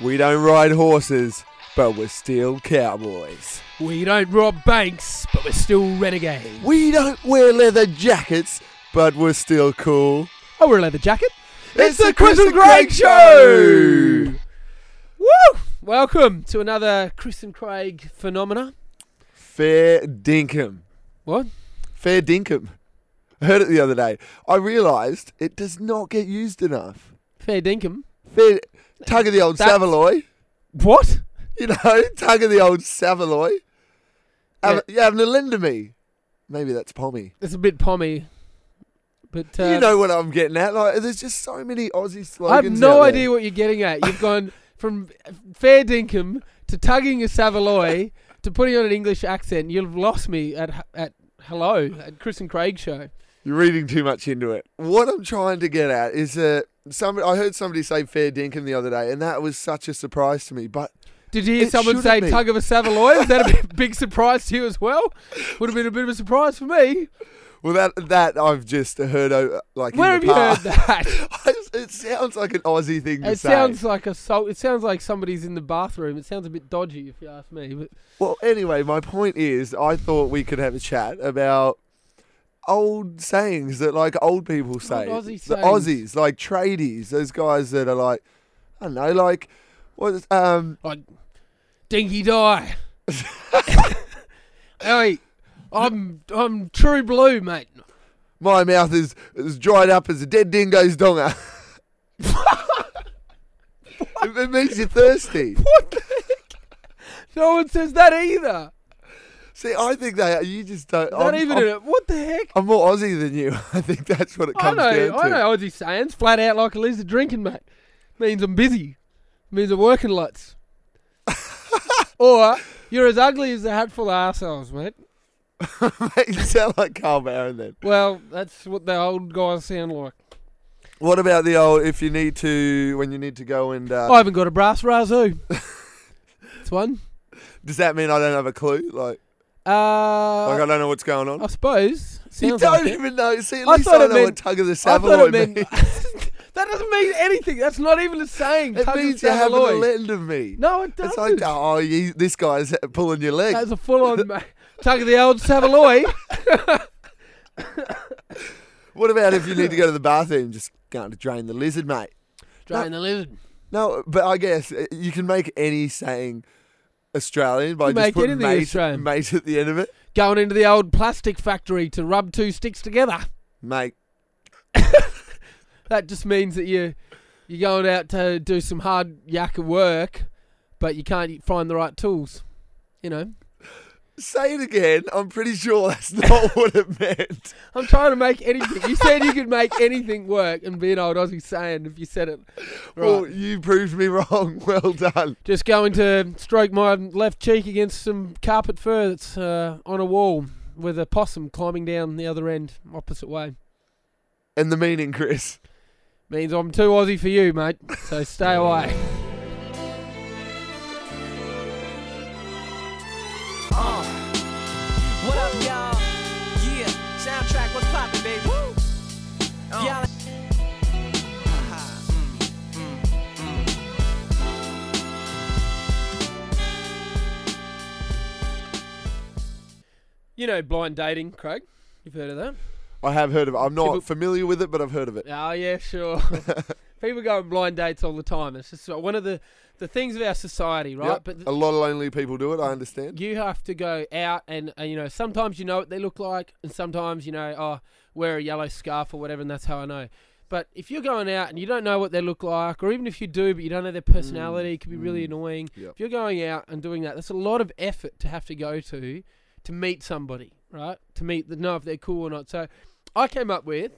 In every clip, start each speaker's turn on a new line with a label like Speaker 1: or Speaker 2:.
Speaker 1: We don't ride horses, but we're still cowboys.
Speaker 2: We don't rob banks, but we're still renegades.
Speaker 1: We don't wear leather jackets, but we're still cool.
Speaker 2: I wear Oh, a leather jacket.
Speaker 1: It's the Chris and Craig Show!
Speaker 2: Woo! Welcome to another Chris and Craig phenomena.
Speaker 1: Fair dinkum.
Speaker 2: What?
Speaker 1: Fair dinkum. I heard it the other day. I realised it does not get used enough.
Speaker 2: Fair dinkum.
Speaker 1: Fair tug of the old
Speaker 2: That's-
Speaker 1: Savaloy.
Speaker 2: What?
Speaker 1: You know, tug of the old Savaloy.
Speaker 2: Yeah.
Speaker 1: Have, yeah. have a lend to me. Maybe that's Pommy.
Speaker 2: It's a bit pommy, but uh,
Speaker 1: you know what I'm getting at. Like, there's just so many Aussie slogans.
Speaker 2: I have no
Speaker 1: out there.
Speaker 2: idea what you're getting at. You've gone from fair dinkum to tugging a Savaloy to putting on an English accent. You've lost me at at hello at Chris and Craig show.
Speaker 1: You're reading too much into it. What I'm trying to get at is that some I heard somebody say fair dinkum the other day, and that was such a surprise to me. But
Speaker 2: Did you hear
Speaker 1: It
Speaker 2: someone
Speaker 1: shouldn't
Speaker 2: say
Speaker 1: be.
Speaker 2: tug of a Savaloy? Was that a bit- big surprise to you as well? Would have been a bit of a surprise for me.
Speaker 1: well, that that I've just heard over like.
Speaker 2: Where have
Speaker 1: in
Speaker 2: you
Speaker 1: the
Speaker 2: heard
Speaker 1: past.
Speaker 2: that?
Speaker 1: it sounds like an Aussie thing to
Speaker 2: It
Speaker 1: say.
Speaker 2: sounds like a soul. It sounds like somebody's in the bathroom. It sounds a bit dodgy, if you ask me. But
Speaker 1: Well, anyway, my point is, I thought we could have a chat about old sayings that like old people say.
Speaker 2: Aussie
Speaker 1: the
Speaker 2: sayings.
Speaker 1: Aussies, like tradies, those guys that are like, I don't know, like, what? is- Um,
Speaker 2: like, dinky die. hey, I'm I'm true blue, mate.
Speaker 1: my mouth is as dried up as a dead dingo's donger. It- it makes you thirsty.
Speaker 2: What the heck? No one says that either.
Speaker 1: See, I think they are. You just don't.
Speaker 2: Is
Speaker 1: I'm,
Speaker 2: that even
Speaker 1: I'm,
Speaker 2: a, what the heck?
Speaker 1: I'm more Aussie than you. I think that's what it
Speaker 2: I
Speaker 1: comes
Speaker 2: know,
Speaker 1: down to.
Speaker 2: I know Aussie sayings. Flat out like a lizard drinking, mate. Means I'm busy. Means I'm working lots. or you're as ugly as a hatful of arseholes, mate.
Speaker 1: Make you sound like Carl Barron then.
Speaker 2: Well, that's what the old guys sound like.
Speaker 1: What about the old if you need to when you need to go and uh,
Speaker 2: I haven't got a brass razoo. That's one.
Speaker 1: does that mean I don't have a clue? Like
Speaker 2: Uh,
Speaker 1: like I don't know what's going on.
Speaker 2: I suppose.
Speaker 1: you
Speaker 2: Sounds
Speaker 1: don't
Speaker 2: like it.
Speaker 1: even know. See, at
Speaker 2: I
Speaker 1: least
Speaker 2: thought
Speaker 1: I
Speaker 2: it
Speaker 1: know
Speaker 2: meant-
Speaker 1: what tug of the
Speaker 2: I thought it
Speaker 1: Savaloy
Speaker 2: meant.
Speaker 1: means.
Speaker 2: that doesn't mean anything. That's not even a saying.
Speaker 1: It
Speaker 2: tug of
Speaker 1: means you haven't
Speaker 2: Saveloy.
Speaker 1: lend of me.
Speaker 2: No, it
Speaker 1: it's like
Speaker 2: doesn't.
Speaker 1: oh, you, this guy's pulling your leg.
Speaker 2: That's a full-on ma- tug of the old Savaloy.
Speaker 1: What about if you need to go to the bathroom? Just going to drain the lizard, mate.
Speaker 2: Drain the lizard.
Speaker 1: No, but I guess uh, you can make any saying Australian by
Speaker 2: You
Speaker 1: just
Speaker 2: make
Speaker 1: putting
Speaker 2: anything
Speaker 1: mate,
Speaker 2: Australian.
Speaker 1: mate at the end of it,
Speaker 2: Going into the old plastic factory to rub two sticks together.
Speaker 1: mate.
Speaker 2: That just means that you you're going out to do some hard yak of work, but you can't find the right tools. You know.
Speaker 1: Say it again. I'm pretty sure that's not what it meant.
Speaker 2: I'm trying to make anything. You said you could make anything work and be an old Aussie saying if you said it. Right.
Speaker 1: Well, you proved me wrong. Well done.
Speaker 2: Just going to stroke my left cheek against some carpet fur that's uh, on a wall with a possum climbing down the other end, opposite way.
Speaker 1: And the meaning, Chris.
Speaker 2: Means I'm too Aussie for you, mate. So stay away.
Speaker 3: Uh, what up, y'all? Yeah, soundtrack, what's poppin', baby? Woo! Y'all. Aha, mm, mm, mm.
Speaker 2: You know blind dating, Craig. You've heard of that?
Speaker 1: I have heard of it. I'm
Speaker 2: Yeah, but-
Speaker 1: not familiar with it, but I've heard of it.
Speaker 2: Oh yeah, sure. People go on blind dates all the time. It's just one of the the things of our society, right?
Speaker 1: Yep.
Speaker 2: But
Speaker 1: a lot of lonely people do it. I understand.
Speaker 2: you have to go out and uh, you know sometimes you know what they look like and sometimes you know oh wear a yellow scarf or whatever and that's how i know but if you're going out and you don't know what they look like or even if you do but you don't know their personality it could be really
Speaker 1: mm,
Speaker 2: annoying
Speaker 1: yep.
Speaker 2: if you're going out and doing that that's a lot of effort to have to go to to meet somebody right to meet the know if they're cool or not so i came up with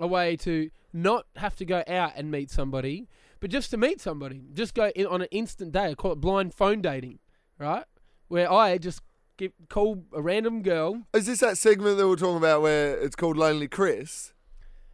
Speaker 2: a way to not have to go out and meet somebody but just to meet somebody just go in on an instant day i call it blind phone dating right where I just give, call a random girl.
Speaker 1: Is this that segment that we're talking about where it's called Lonely Chris?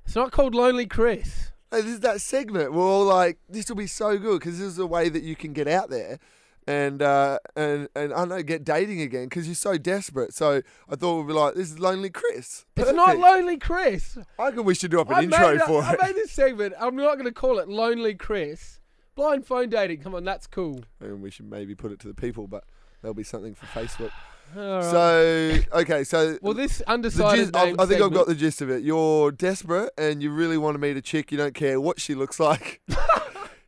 Speaker 2: It's not called Lonely Chris.
Speaker 1: Hey, this is that segment. We're all like, this will be so good because this is a way that you can get out there and uh, and and I don't know get dating again because you're so desperate. So I thought we'd be like, this is Lonely Chris.
Speaker 2: It's not
Speaker 1: Perfect.
Speaker 2: Lonely Chris.
Speaker 1: I reckon we should do up an
Speaker 2: I
Speaker 1: intro
Speaker 2: made,
Speaker 1: for
Speaker 2: I
Speaker 1: it.
Speaker 2: made this segment. I'm not going to call it Lonely Chris, Blind phone dating. Come on, that's cool.
Speaker 1: And we should maybe put it to the people, but there'll be something for Facebook.
Speaker 2: All right.
Speaker 1: So okay, so
Speaker 2: well, this
Speaker 1: the
Speaker 2: undecided.
Speaker 1: gist, I, I
Speaker 2: name
Speaker 1: think I've got
Speaker 2: segment-
Speaker 1: the gist of it. You're desperate and you really want to meet a chick. You don't care what she looks like.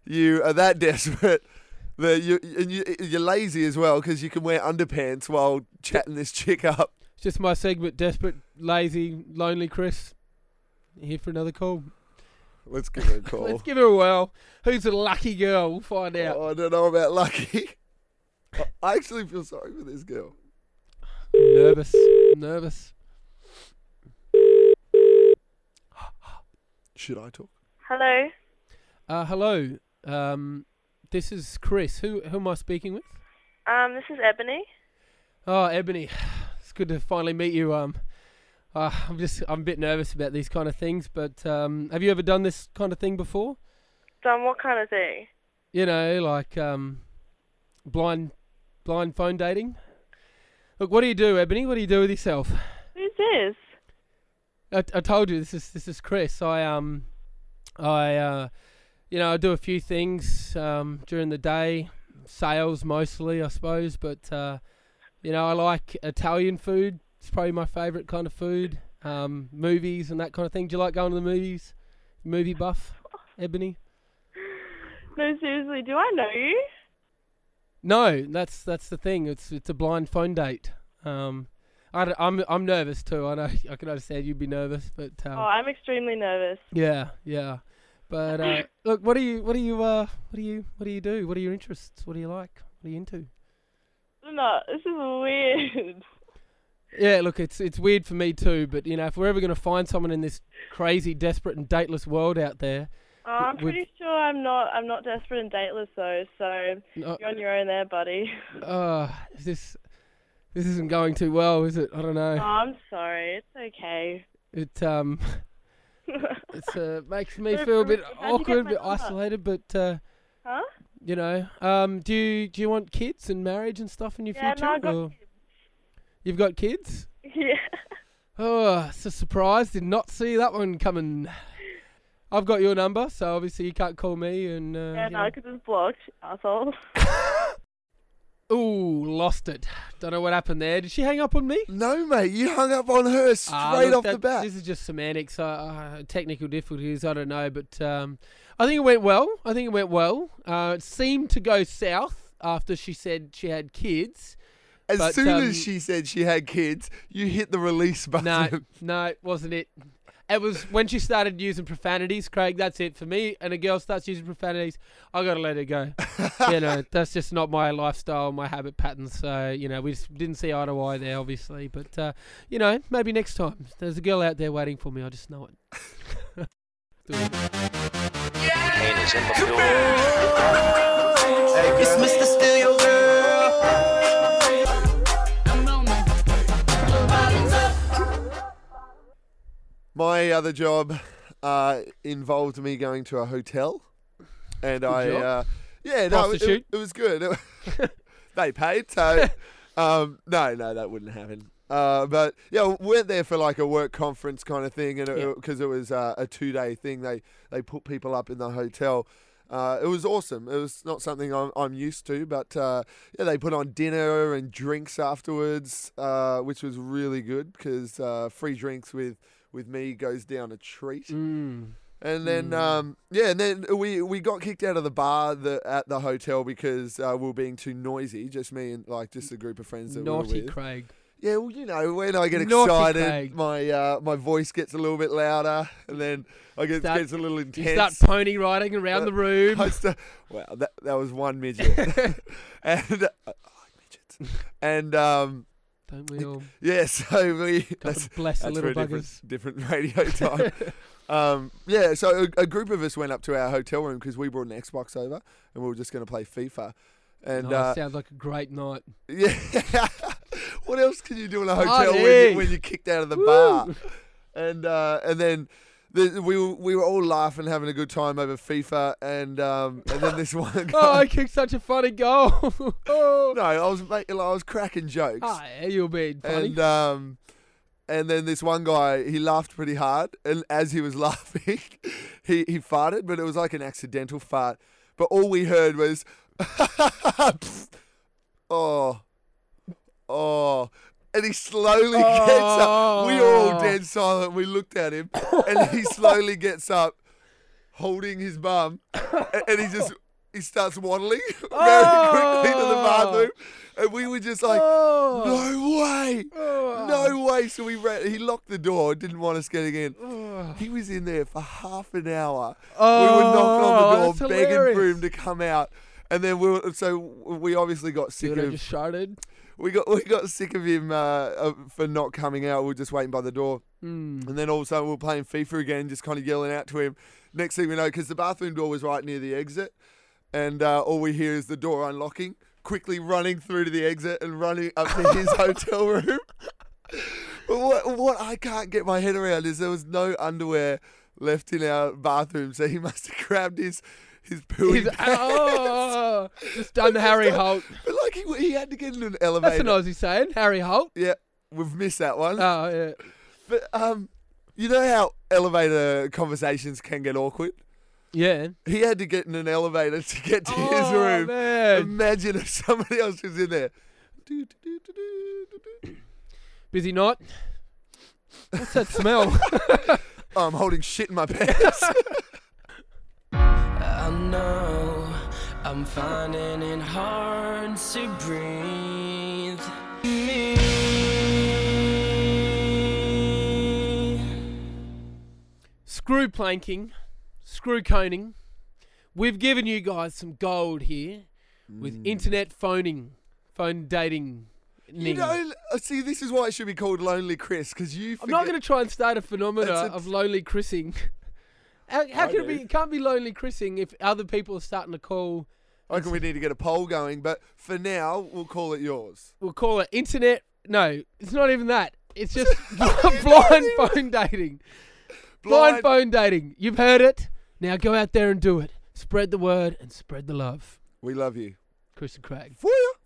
Speaker 1: you are that desperate that you and you, you're lazy as well because you can wear underpants while chatting this chick up.
Speaker 2: It's just my segment. Desperate, lazy, lonely Chris. Here for another call.
Speaker 1: Let's give her a call.
Speaker 2: Let's give her a whirl. Who's the lucky girl? We'll find out.
Speaker 1: Oh, I don't know about Lucky. I- I actually feel sorry for this girl. Oh.
Speaker 2: Nervous. Nervous.
Speaker 1: Should I talk?
Speaker 4: Hello.
Speaker 2: Uh, hello. Um, this is Chris. Who who am I speaking with?
Speaker 4: Um, this is Ebony.
Speaker 2: Oh, Ebony. It's good to finally meet you. Um, uh, I'm just I'm a bit nervous about these kind of things. But um, have you ever done this kind of thing before?
Speaker 4: Done what kind of thing?
Speaker 2: You know, like um, blind blind phone dating. Look, what do you do, Ebony? What do you do with yourself?
Speaker 4: Who's this?
Speaker 2: I, I told you this is this is Chris. I um, I uh, you know, I do a few things um during the day, sales mostly, I suppose. But uh, you know, I like Italian food. It's probably my favourite kind of food. Um, movies and that kind of thing. Do you like going to the movies? Movie buff, Ebony?
Speaker 4: No, seriously, do I know you?
Speaker 2: No, that's that's the thing. It's it's a blind phone date. Um, I am I'm, I'm nervous too. I know I can understand you'd be nervous, but um,
Speaker 4: Oh, I'm extremely nervous.
Speaker 2: Yeah, yeah. But uh, look, what do you, what do you, uh, what do you, what do you do? What are your interests? What do you like? What are you into?
Speaker 4: No, this is weird.
Speaker 2: Yeah, look, it's it's weird for me too. But you know, if we're ever gonna find someone in this crazy, desperate, and dateless world out there,
Speaker 4: Oh, I'm
Speaker 2: W- would-
Speaker 4: pretty sure I'm not. I'm not desperate and dateless though. So
Speaker 2: uh,
Speaker 4: you're on your own there, buddy.
Speaker 2: uh, is this this isn't going too well, is it? I don't
Speaker 4: Oh,
Speaker 2: know.
Speaker 4: I'm sorry. It's okay.
Speaker 2: It um, it's uh, makes me
Speaker 4: Sorry,
Speaker 2: feel a
Speaker 4: Bruce,
Speaker 2: bit
Speaker 4: how'd you get
Speaker 2: awkward, a
Speaker 4: my
Speaker 2: bit
Speaker 4: number?
Speaker 2: isolated, but uh,
Speaker 4: Huh?
Speaker 2: you know, um, do you do you want kids and marriage and stuff in your
Speaker 4: Yeah,
Speaker 2: future?
Speaker 4: no, I got
Speaker 2: or- You've got kids.
Speaker 4: Yeah.
Speaker 2: Oh, it's a surprise. Did not see that one coming. I've got your number, so obviously you can't call me. And uh,
Speaker 4: Yeah,
Speaker 2: you
Speaker 4: no,
Speaker 2: know.
Speaker 4: because it's blocked, asshole.
Speaker 2: ooh, lost it. Don't know what happened there. Did she hang up on me?
Speaker 1: No, mate. You hung up on her straight
Speaker 2: Ah, look,
Speaker 1: off the
Speaker 2: that-
Speaker 1: bat.
Speaker 2: This is just semantics, uh, uh, technical difficulties. I don't know, but um, I think it went well. I think it went well. Uh, it seemed to go south after she said she had kids.
Speaker 1: As
Speaker 2: But,
Speaker 1: soon
Speaker 2: um,
Speaker 1: as she said she had kids, you hit the release button.
Speaker 2: No, no, wasn't it. It was when she started using profanities, Craig. That's it for me. And a girl starts using profanities, I gotta let her go. you know, that's just not my lifestyle, my habit pattern. So you know, we just didn't see eye to eye there, obviously. But uh, you know, maybe next time. There's a girl out there waiting for me. I just know it.
Speaker 5: It's Mr. Steal Your Girl.
Speaker 1: My other job uh, involved me going to a hotel, and I,
Speaker 2: job.
Speaker 1: uh, yeah, no, it,
Speaker 2: Prostitute.
Speaker 1: it was good. It wa- they paid, so um, no, no, that wouldn't happen. Uh, but yeah, went there for like a work conference kind of thing, and
Speaker 2: Yeah.
Speaker 1: because it, was uh, a two day thing, they they put people up in the hotel. Uh, it was awesome. It was not something I'm, I'm used to, but uh, yeah, they put on dinner and drinks afterwards, uh, which was really good because uh, free drinks with with me goes down a treat.
Speaker 2: Mm.
Speaker 1: And then, um, yeah, and then we, we got kicked out of the bar the, at the hotel because uh, we were being too noisy. Just me and like just a group of friends that we were
Speaker 2: Naughty
Speaker 1: with.
Speaker 2: Craig.
Speaker 1: yeah, well, you know, when I get
Speaker 2: Naughty
Speaker 1: excited,
Speaker 2: Craig.
Speaker 1: my uh, my voice gets a little bit louder, and then I get
Speaker 2: Start-
Speaker 1: gets a little
Speaker 2: You
Speaker 1: intense.
Speaker 2: start pony riding around the room.
Speaker 1: I sta- wow, uh, that that was one midget, and uh, I like midgets, and um,
Speaker 2: Don't we all?
Speaker 1: yeah, so we
Speaker 2: God
Speaker 1: that's
Speaker 2: bless the
Speaker 1: that's
Speaker 2: little
Speaker 1: for a
Speaker 2: buggers.
Speaker 1: different, different radio time. um, yeah, so a, a group of us went up to our hotel room because we brought an Xbox over and we were just going to play FIFA. And
Speaker 2: Oh,
Speaker 1: uh,
Speaker 2: sounds like a great night.
Speaker 1: yeah, what else can you do in a hotel when,
Speaker 2: Party.
Speaker 1: you, when you're kicked out of the
Speaker 2: Woo.
Speaker 1: bar? And uh, and then the, we were, we were all laughing, having a good time over FIFA, and um, and then this one.
Speaker 2: Oh,
Speaker 1: guy-
Speaker 2: I kicked such a funny goal. oh,
Speaker 1: no, I was making, I was cracking jokes.
Speaker 2: Ah, yeah, you're being funny.
Speaker 1: And um, and then this one guy, he laughed pretty hard, and as he was laughing, he he farted, but it was like an accidental fart. but all we heard was, oh, oh. And he slowly gets up. We were
Speaker 2: Oh.
Speaker 1: all dead silent. We looked at him, and he slowly gets up, holding his bum, a- and he just he starts waddling very quickly to the
Speaker 2: Oh.
Speaker 1: bathroom, and we were just like,
Speaker 2: oh.
Speaker 1: no way, no way. So we ran. He locked the door. Didn't want us getting in. He was in there for half an hour. we were knocking
Speaker 2: Oh,
Speaker 1: on
Speaker 2: that's
Speaker 1: the door, begging for
Speaker 2: hilarious.
Speaker 1: him to come out. And then we were, so we obviously got sick
Speaker 2: Dude, I
Speaker 1: of
Speaker 2: just sharded.
Speaker 1: we got we got sick of him uh, uh, for not coming out. We were just waiting by the door,
Speaker 2: Hmm.
Speaker 1: and then all of a sudden we were playing FIFA again, just kind of yelling out to him. Next thing we know, because the bathroom door was right near the exit, and uh, all we hear is the door unlocking, quickly running through to the exit and running up to his hotel room. But what what I can't get my head around is there was no underwear left in our bathroom, so he must have grabbed his his poo.
Speaker 2: He's, oh, just done Harry Holt.
Speaker 1: But like he, he had to get in an elevator.
Speaker 2: That's an Aussie saying, Harry Holt.
Speaker 1: Yeah, we've missed that one.
Speaker 2: Oh, yeah.
Speaker 1: but um, you know how elevator conversations can get awkward.
Speaker 2: Yeah.
Speaker 1: He had to get in an elevator to get to his
Speaker 2: Oh,
Speaker 1: room. Um,
Speaker 2: man.
Speaker 1: Imagine if somebody else was in there. Do-do-do-do-do-do-do.
Speaker 2: Busy night. What's that smell?
Speaker 1: Oh, I'm holding shit in my pants.
Speaker 3: I know I'm finding it hard to breathe. Me.
Speaker 2: screw planking, screw coning. We've given you guys some gold here
Speaker 1: Mm.
Speaker 2: with internet phoning, phone dating.
Speaker 1: you know, uh, see, this is why it should be called Lonely Chris, because you.
Speaker 2: I'm not
Speaker 1: forget-
Speaker 2: going to try and start a phenomena
Speaker 1: That's a-
Speaker 2: of lonely chrissing. How, how
Speaker 1: I
Speaker 2: can it be?
Speaker 1: do.
Speaker 2: It can't be lonely chrissing if other people are starting to call.
Speaker 1: I reckon we need to get a poll going, but for now, we'll call it yours.
Speaker 2: We'll call it internet. No, it's not even that. It's just blind phone dating. Blind phone dating. You've heard it. Now go out there and do it. Spread the word and spread the love.
Speaker 1: We love you.
Speaker 2: Chris and Craig.
Speaker 1: For you.